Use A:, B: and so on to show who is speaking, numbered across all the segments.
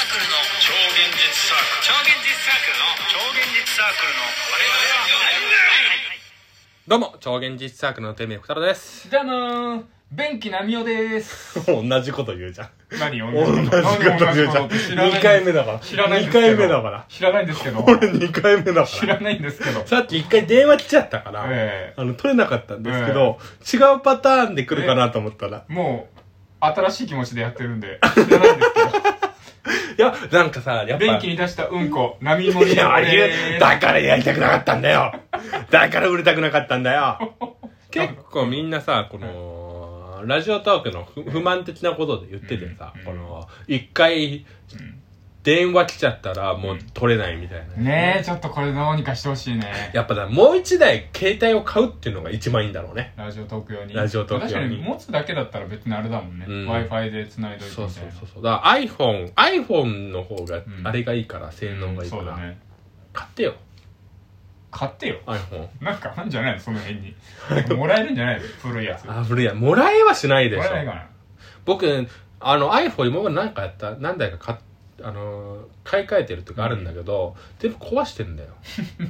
A: 超現実サークル超現実サークルの超現実サークルの我々は
B: どうも、超現実サークルのてめえふたろです。
C: じゃあなー便器なみおです。
B: 同じこと言うじゃん。
C: 何同
B: 同じこと言うじゃん。2回目だから。
C: 知らないん
B: 2
C: ですけど
B: 回目だから。
C: 知らないんですけど。
B: 俺2回目だ
C: 知
B: から
C: ら。ないんですけど。
B: さっき1回電話来ちゃったから、
C: え
B: あの、取れなかったんですけど、違うパターンで来るかなと思ったら。
C: えもう、新しい気持ちでやってるんで、知らないんです
B: いや、なんかさ、やっ
C: けど。便
B: ぱ
C: 器。に出したうんこ、なみもに
B: いや、
C: な
B: あ
C: みお
B: れ、
C: です。
B: だからやりたくなかったんだよ。だから売れたくなかったんだよ。 結構みんなさ、この、ラジオトークの不不満的なことで言っててさ
C: う、ん
B: この、一回、電話来ちゃったらもう取れないみたいな。
C: ねえ、ちょっとこれどうにかしてほしいね。
B: やっぱだ、もう一台携帯を買うっていうのが一番いいんだろうね。
C: ラジオトーク用に。
B: ラジオトーク用に
C: 確かに持つだけだったら別にあれだもんね。
B: うん
C: Wi-Fi で繋いどいて
B: そう
C: み
B: そ
C: たいうな。
B: そうそう。だから iPhone、iPhone の方が
C: ん
B: あれがいいから、性能がいいか
C: そうだ
B: ら。
C: ね。
B: 買ってよ、
C: 買ってよ。
B: iPhone。
C: なんかあんじゃないのその辺に。もらえるんじゃ ないの古いやつ。も
B: あ、古いや、もらえはしないでしょ
C: らえ。ないかな。
B: 僕あの iPhone 今まで何かやった何台か買っあのー買い替えてるとかあるんだけど、全部壊してんだよ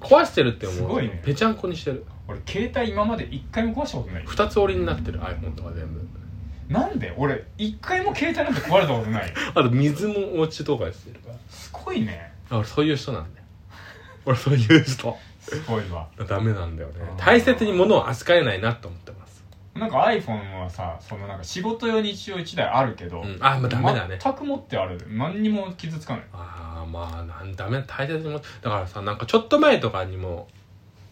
B: 壊してるって
C: す
B: もう
C: ごいね
B: ぺちゃんこにしてる
C: 俺携帯今まで一回も壊したことない
B: 二つ折りになってる iPhone とか全部
C: なんで俺一回も携帯なんて壊れたことない
B: あと水も落ちとかしてるから
C: すごいね
B: あ俺そういう人なんだよ俺そういう人
C: すごいわ
B: ダメなんだよね
C: あー
B: 大切に物を扱えないなと思ってます、
C: なんか iPhone はさそのなんか仕事用に一応一台あるけど、
B: うん、あまあダメだね
C: 全く持ってある何にも傷つかない
B: ああまあなんダメ大切にもだからさなんかちょっと前とかにも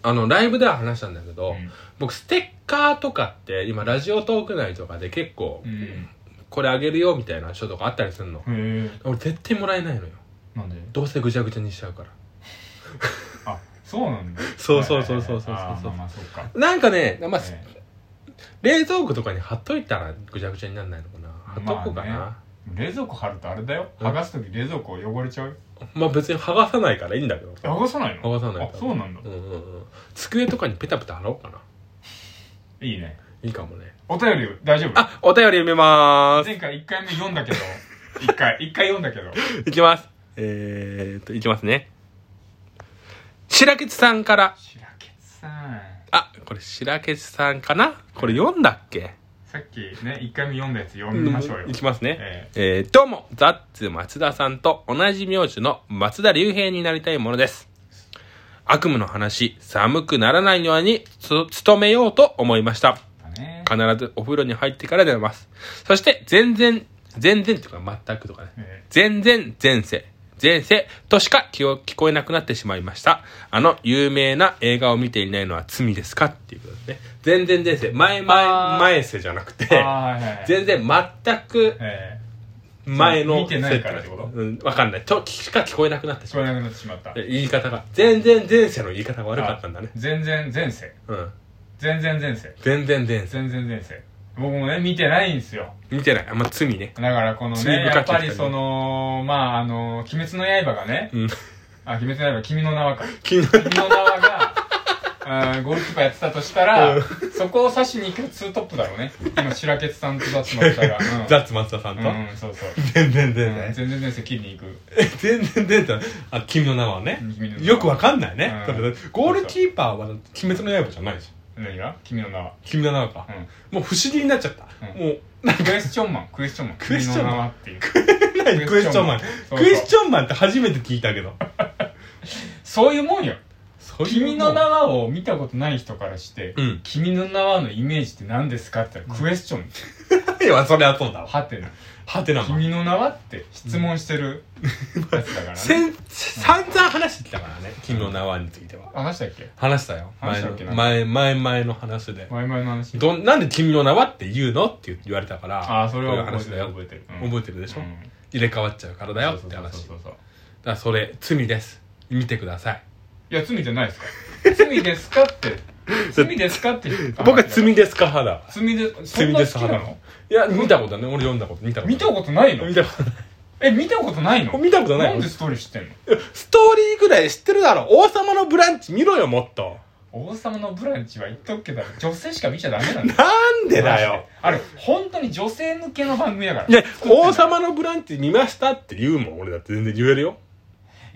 B: あのライブでは話したんだけど、
C: うん
B: 僕ステッカーとかって今ラジオトーク内とかで結構
C: うん
B: これあげるよみたいな書とかあったりするの
C: へえ
B: 俺絶対もらえないのよ
C: なんで
B: どうせぐちゃぐちゃにしちゃうから
C: あそうなんだ
B: そうそうそうそうそうそう
C: あーまあまあそうか
B: なんかね、まあ、
C: え
B: 冷蔵庫とかに貼っといたらぐちゃぐちゃにならないのかな貼っとこうかな、
C: ま
B: ま
C: え冷蔵庫貼るとあれだよ
B: うん
C: 剥がす時冷蔵庫汚れちゃうよ
B: あ、別に剥がさないからいいんだけど
C: 剥がさないの
B: 剥がさないから
C: あそうなんだ
B: うんうんうん机とかにペタペタ貼ろうかない
C: いね
B: いいかもね
C: お便り大丈夫
B: あお便り読みまーす
C: 前回1回目読んだけど1 回1回読んだけど
B: いきますえー、っといきますね白吉さんから
C: 白ケツさん
B: あ、これ白ケツさんかなこれ読んだっけ
C: さっきね1回目読んだやつ読みましょうよ、
B: いきますね。
C: え
B: えー、どうも、ザッツ松田さんと同じ名字の松田龍平になりたいものです。悪夢の話、寒くならないようにつ努めようと思いました。
C: ーだね
B: 必ずお風呂に入ってから寝ます。そして、全然、全然とか全くとかね。
C: え
B: 全然前世、前世としか聞こ聞こえなくなってしまいました。あの有名な映画を見ていないのは罪ですかっていうことですね。全然前世、前
C: あ
B: 前、
C: ー
B: 前世じゃなくて
C: ー、あーはいはい
B: 全然全く
C: え
B: 前の
C: 見てないからってこと
B: うん、わかんない。としか聞こえなくなって
C: ー
B: し
C: 聞
B: まう。
C: こえなくなってしまった
B: 言い方が、全然前世の言い方が悪かったんだね。
C: あ全然前世
B: うん。
C: 全然前世
B: 全然前世。
C: 全然前世僕もね見てないんですよ
B: 見てない。あんま罪ね。
C: だからこの
B: 罪
C: ね
B: 深き
C: やっぱ
B: 人
C: り
B: ね
C: そのまああの「鬼滅の刃」がね、
B: うん。
C: あ「鬼滅の刃」「君の名は」か
B: 気に
C: 君の名はが あーゴールキーパーやってたとしたら、そこを刺しに行くツートップだろうね今白ケツさんと雑松さんが、うん、
B: ザッツ松田さんと、
C: うん、そうそう。
B: 全然前世
C: 全。然全然切りに行く。
B: 全然出たあ君の名はね
C: 君の名は
B: よくわかんないね、
C: うん
B: だってゴールキーパーは鬼滅の刃じゃないじゃん
C: 何が君の 名は。
B: 君の名はか
C: う、ん。
B: もう不思議になっちゃった、
C: うん
B: もう
C: クエスチョンマン、クエスチョンマン。
B: クエスチョンマン
C: 君の名はっていう。
B: 何ク
C: ク
B: エ
C: エ
B: ス
C: ス
B: チ
C: チ
B: ョ
C: ョ
B: ン
C: ン
B: マ
C: マ
B: ン
C: ンそうそう
B: クエスチョンマンって初めて聞いたけど
C: そういうもんよ。
B: そういうもん
C: 君の名はを見たことない人からして
B: うん、
C: 君の名はのイメージって何ですかって言ったらクエスチョン。
B: いやそれはそうだわ
C: はてな。
B: はてなま
C: 君の名はって質問して るやつだからね。
B: せん散々話してきたからね君の名はについては
C: 話したっけ
B: 話したよ
C: 話
B: 前
C: したっけ
B: の前前前の話で
C: 前々の話。
B: どんなんで君の名はって言うのって言われたから
C: ああ、それ
B: こういう
C: は
B: 話
C: 覚え
B: だ
C: てる。
B: よ
C: 覚えてる。
B: 覚えてるでしょ、入れ替わっちゃうからだ
C: だ
B: よって話
C: そうそうそ
B: だ
C: う。
B: からそれ罪です見てください
C: いや、罪じゃないですか。罪ですか って。罪ですかって。
B: 僕は罪ですか派だわ
C: 罪で、そ
B: 罪
C: んな
B: で
C: 好
B: す
C: き
B: 派だ
C: な
B: わ
C: の
B: いや見たことない俺読んだこと見たこと
C: 見た
B: こ
C: ことないの
B: 見たことない
C: え、見たことないの
B: 見たことない
C: なんでストーリー知ってんの
B: ストーリーぐらい知ってるだろ王様のブランチ見ろよもっと
C: 王様のブランチは言っとくけど、女性しか見ちゃダメなんだよ。
D: なんでだよ。
C: あれ、本当に女性向けの番組だから。
D: いや、王様のブランチ見ましたって言うもん、俺だって全然言えるよ。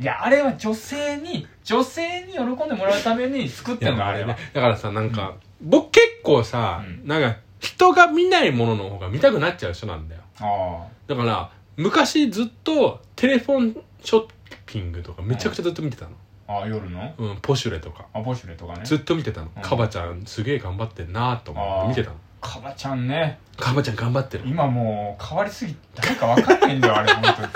C: いや、あれは女性に、女性に喜んでもらうために作ってんの、あれは。。
D: だからさ、なんか、僕結構さ、
C: うん
D: なんか、人が見ないものの方が見たくなっちゃう人なんだよ。
C: あ
D: だから、昔ずっとテレフォンショッピングとかめちゃくちゃずっと見てたの。
C: あ。ああ、夜の
D: うん、ポシュレとか。
C: あ、ボシュレとかね。
D: ずっと見てたの
C: う。ん
D: カバちゃんすげえ頑張ってんなと思って見てたの。
C: カバちゃんね。
D: カバちゃん頑張ってる。
C: 今もう変わりすぎて誰か分かんないんだよあれ本 当に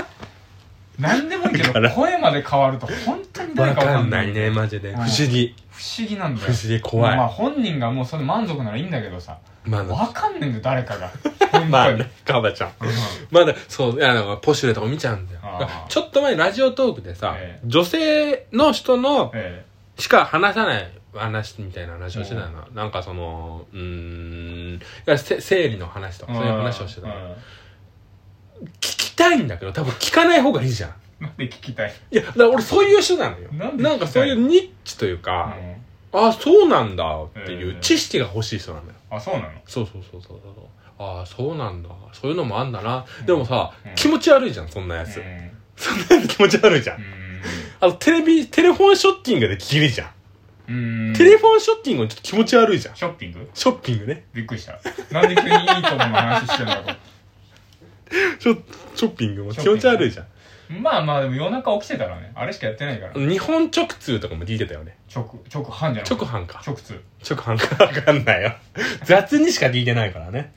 C: 何でもいいけ
D: だか
C: ど
D: ら
C: 声まで変わると本当に誰
D: わ
C: か分
D: か
C: か
D: ん
C: ん
D: な
C: ないい
D: ね、マジで。
C: う
D: 不
C: ん
D: 思議。
C: 不思議なんだ
D: 不
C: よ
D: 思議怖い。
C: まあ本人がもうそれ満足ならいいんだけどさ
D: まあ、
C: 分かんないんだよ誰かが
D: まあ
C: 本当
D: ね
C: に、
D: カバちゃん。
C: うん
D: まだ、そう、いや、なんかポシュレとか見ちゃうんだよ
C: あ。ー
D: ちょっと前、ラジオトークでさ、
C: ええ
D: 女性の人の、
C: え
D: しか話さない話みたいな話をしてたの。なんかその、うーん、いやせ生理の話と
C: え
D: か、そういう話をしてたの。
C: うん
D: 聞きたいんだけど、多分聞かない方がいいじゃん。
C: なんで聞きたい
D: いや、だから俺そういう人なのよ。
C: なんで聞きたい
D: なんかそういうニッチという
C: う
D: か、
C: ん
D: あ、そうなんだってい
C: え
D: う
C: え
D: 知識が欲しい人なのよ。
C: あそうなの
D: そうそうそうそうそう。ああ、そうなんだ。そういうのもあんだな。でもさ、
C: うん
D: 気持ち悪いじゃん、そんなや
C: う
D: つ。
C: ん
D: そんなやつ気持ち悪いじゃん。あと、テレビ、テレフォンショッピングで切るじゃん。
C: うんうん
D: テレフォンショッピングもちょっと気持ち悪いじゃん。
C: ショッピング
D: ショッピングね。
C: びっくりしたなんで急にいいとこの話してんだろう
D: ショショッピングも気持ち悪いじゃん。
C: まあまあでも夜中起きてたらねあれしかやってないから
D: 日本直通とかも聞いてたよね。
C: 直直半じゃなくて
D: 直販か。
C: 直通
D: 直販か。わかんないよ。雑にしか聞いてないからね。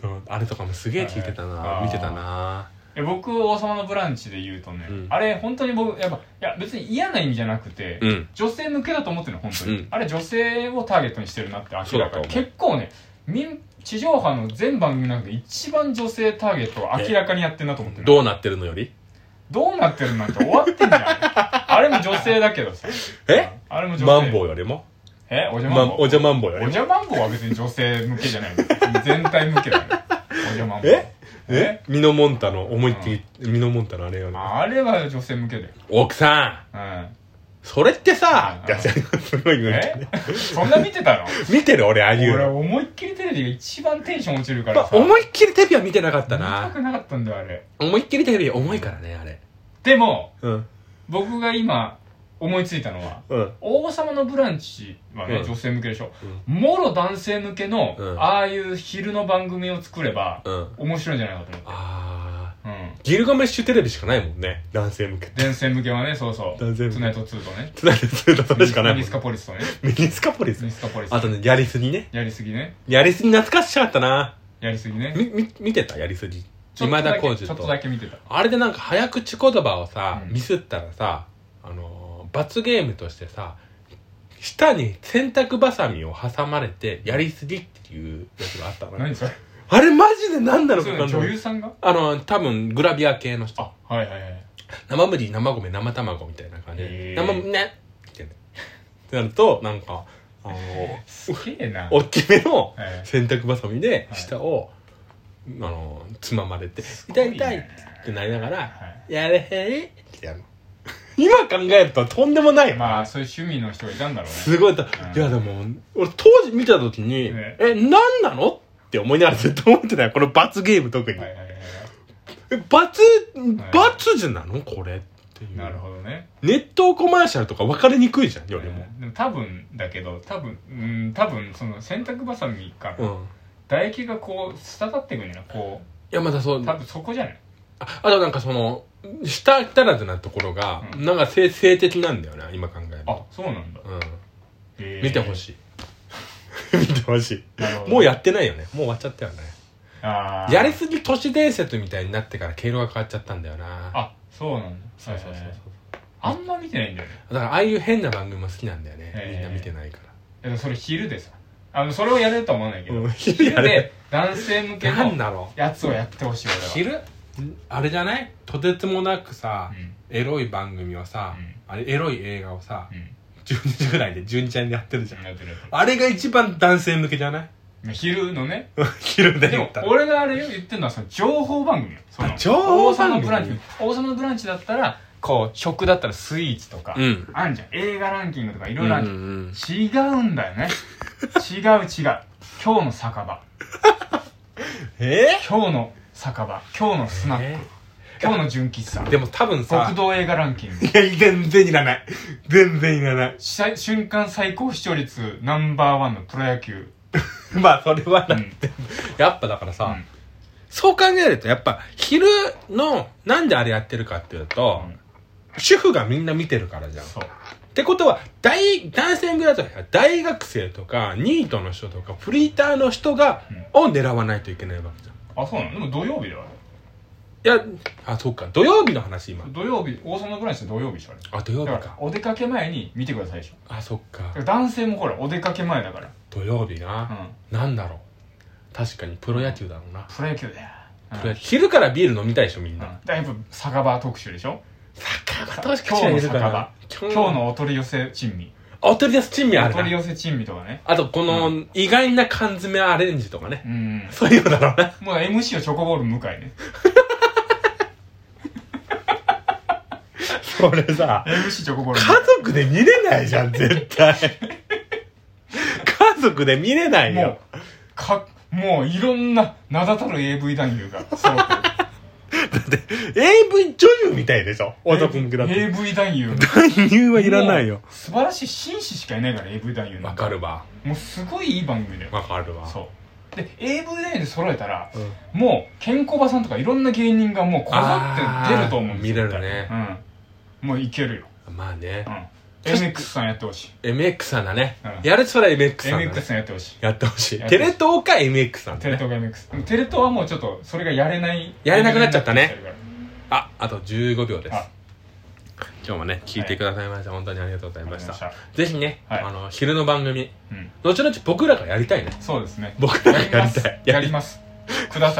D: そうあれとかもすげえ聞いてた
C: は
D: な。
C: い
D: 見てたな。
C: いや僕「王様のブランチ」で言うとね、
D: うん
C: あれ本当に僕やっぱいや別に嫌な意味じゃなくて、
D: うん。
C: 女性向けだと思ってるの本当に、
D: うん
C: あれ女性をターゲットにしてるなって明らか
D: そうだと思
C: に
D: う
C: 結構ね民地上波の全番組の中で一番女性ターゲットを明らかにやってるなと思ってる
D: どうなってるのより
C: どうなってるなんて終わって んじゃんあれも女性だけどさ
D: え
C: あれも女性
D: マンボウよりも
C: えおじゃま
D: ま
C: んぼ
D: おじゃマンボウより
C: お
D: も
C: じゃまんぼは別に女性向けじゃない全体向けだねおじゃまんぼ
D: ええミノモンタの思いっきり、ミノモンタのあれよりも
C: あれは女性向けだよ、
D: 奥さん
C: うん
D: それってさ、
C: うん
D: ってやつすごい言う
C: えそんな見てたの
D: 見てる俺、ああいう
C: 俺
D: の。
C: 思いっきりテレビが一番テンション落ちるか
D: ま
C: ら
D: あ
C: さ
D: 思いっきりテレビは見てなかった
C: 見た
D: な。
C: くなかったんだよあれ
D: 思いっきりテレビ重いからね、あれ。
C: でも
D: うん。
C: 僕が今思いついたのは
D: うん。
C: 「王様のブランチ」はね、
D: うん
C: 女性向けでしょ、もろ男性向けの、
D: うん
C: ああいう昼の番組を作れば、
D: うん。
C: 面白いんじゃないかと思って
D: あ
C: うん
D: ー。ギルガメッシュテレビしかないもんね。男性向け。
C: 男性向けはねそうそう
D: 男性向け
C: ツナイト2とね
D: つなげするとそれしかないもん
C: ミニスカポリスとね
D: ミニスカポリ
C: ミ
D: ス
C: ニ。スカポリス
D: あとね、やりすぎね。
C: やりすぎね
D: やりすぎ懐かしかったな。
C: やりすぎね
D: み、み、見てたやりすぎ。
C: ちょっと
D: 今
C: だ
D: 田
C: け
D: 耕司
C: ちょっとだけ見てた
D: あれでなんか早口言葉をさ、
C: うん
D: ミスったらさ、あのー罰ゲームとしてさ、舌に洗濯バサミを挟まれて、やりすぎっていうやつがあったのね。
C: 何それ
D: あれマジで何なの
C: そ
D: か
C: れ
D: 分かんない
C: 女優さんが
D: あの、多分グラビア系の人。
C: あはいはいはい
D: 生麦、生米、生卵みたいな感じで。
C: へー
D: 生、ねってね。ってなると、なんか、あの
C: すげえ
D: ー、
C: な
D: おっきめの
C: ええ
D: 洗濯バサミで
C: はい
D: 舌を、あのー、つままれて、
C: すご
D: 痛
C: い
D: い
C: ね
D: 痛いってなりながら、
C: はい
D: やれへんってやるの今考えるととんでもないよ、
C: まあそういう趣味の人がいたんだろうね
D: すごいと、いやでも俺当時見た時に、
C: ね
D: え何なのって思いながらずっと思ってたよこの罰ゲーム特に、
C: はいはいはいは
D: え罰罰じゃなのこれっていう
C: いなるほどね
D: ネットコマーシャルとか分かりにくいじゃんよりも、
C: うんでも多分だけど多分うん多分その洗濯バサミか
D: う
C: ら
D: んい
C: 唾液がこう滴ってくるんだよなこ
D: やまたそうう
C: 多
D: あ
C: 分そこじゃない
D: あとなんかその下足らずなところが、
C: うん
D: なんか性性的なんだよな今考える
C: あ
D: と、
C: そうなんだ
D: うん
C: へえ
D: 見てほしい見てほし
C: なるほ
D: い
C: ど
D: もうやってないよねもう終わっちゃったよね
C: あー
D: やりすぎ都市伝説みたいになってから経路が変わっちゃったんだよな
C: あそうなんだ
D: そうそうそう
C: へ
D: そ
C: えあんま見てないんだよね
D: うだからああいう変な番組も好きなんだよね
C: へー
D: みんな見てないから
C: いやそれ昼でさあのそれをやれるとは思わないけ
D: う
C: ど
D: ん昼
C: 昼
D: やれ
C: で男性向け
D: なん
C: の
D: だろ
C: やつをやってほしい俺
D: う
C: は
D: 昼あれじゃないとてつもなくさ、
C: うん
D: エロい番組をさ、
C: うん
D: あれエロい映画をさ、
C: うん
D: 12時ぐらいで12ちゃんでやってるじゃん、
C: やってるやってる
D: あれが一番男性向けじゃない
C: 昼のね
D: 昼で
C: で
D: 言
C: も
D: ったら
C: 俺があれよ言ってるのはその情報番組よその
D: 情報番組
C: 王様のブランチ王様のブランチだったらこう、食だったらスイーツとか、
D: うん
C: あんじゃん。映画ランキングとかいろ
D: う
C: い
D: ん
C: ろ
D: う
C: あるじゃ
D: ん
C: ん。違うんだよね。違う違う。今日の酒場。
D: えー
C: 今日の酒場。今日のスナック。
D: え
C: 今日の純喫茶。
D: でも多分さ
C: 国道映画ランキング。
D: いや全然いらない全然いらない
C: 最瞬間最高視聴率ナンバーワンのプロ野球。
D: まあそれは
C: う
D: な、
C: ん。
D: やっぱだからさ、
C: うん
D: そう考えるとやっぱ昼のなんであれやってるかっていうと、
C: うん
D: 主婦がみんな見てるからじゃんっ
C: そう。
D: てことは大男性ぐらいだと大学生とかニートの人とかフリーターの人が、を狙わないといけないわけじゃん
C: あ、そうなのでも土曜日だよ。
D: いや、あ、そっか。土曜日の話、今。
C: 土曜日、王様ぐらいにして土曜日でしょ、あれ。
D: あ、土曜日
C: だから
D: か。
C: お出かけ前に見てくださいでしょ
D: あ、そっか
C: だか。ら男性もほらお出かけ前だから、
D: 土曜日
C: う
D: な。
C: ん、
D: なんだろう。確かにプロ野球だろうな。
C: プロ野球だよ、うん
D: プロ野球昼からビール飲みたいでしょ、みん
C: うんだ
D: な。
C: からやっぱ酒場特集でしょ
D: 酒場
C: 今
D: 確
C: 日
D: かに
C: の
D: いる
C: 酒
D: かな
C: 場。今日。のお取り寄せ珍味
D: お取り出す珍味あ
C: お
D: る
C: 取り
D: な。
C: 寄せ珍味とかね
D: あと、こ
C: う
D: の、意外な缶詰アレンジと かね。
C: うん
D: そういうのだろうな。
C: もう MC をチョコボール向井ね
D: それさ、
C: MC チョコボール
D: 家族で見れないじゃん、絶 対。家族で見れない
C: もう
D: よ。
C: かもういろんな名だたる AV 男優が揃ってる
D: だって、AV 女優みたいでしょ男向けだって。
C: AV 男優
D: 男優はいらないよ
C: も。う素晴らしい紳士しかいないから AV 男優な
D: わ
C: んて
D: かるわ。
C: もうすごいいい番組だよ
D: わかるわ。
C: そうで AV 男優で揃えたら
D: うん。
C: もうケンコバさんとかいろんな芸人がもうこぞって出ると思うんです
D: あー見れ
C: よ
D: るね
C: 絶対うんもういけるよ、
D: まあね
C: う。ん、MX さんやってほしい
D: MX さんだね
C: うん。
D: やるそれは MX さんだ
C: MX
D: ね。
C: さんやってほしい
D: やってほしい。
C: やって
D: テ
C: ほし
D: レ
C: い
D: 東か MX さんだ
C: テレ
D: ね。
C: 東が MX でもテレ東はもうちょっとそれがやれない
D: やれなくなっちゃったね
C: やれなくなっ
D: あ、あと15秒で
C: ちゃってるから
D: す。今日もね、聞いてくださいました。本当にありがとうござい
C: あわかり
D: ま
C: ま
D: し
C: した
D: た。ぜひね、
C: はい
D: あの、昼の番組、
C: うん
D: 後々僕らがやりたいね。
C: そうですね
D: 僕らがやりたい
C: やりますやりますください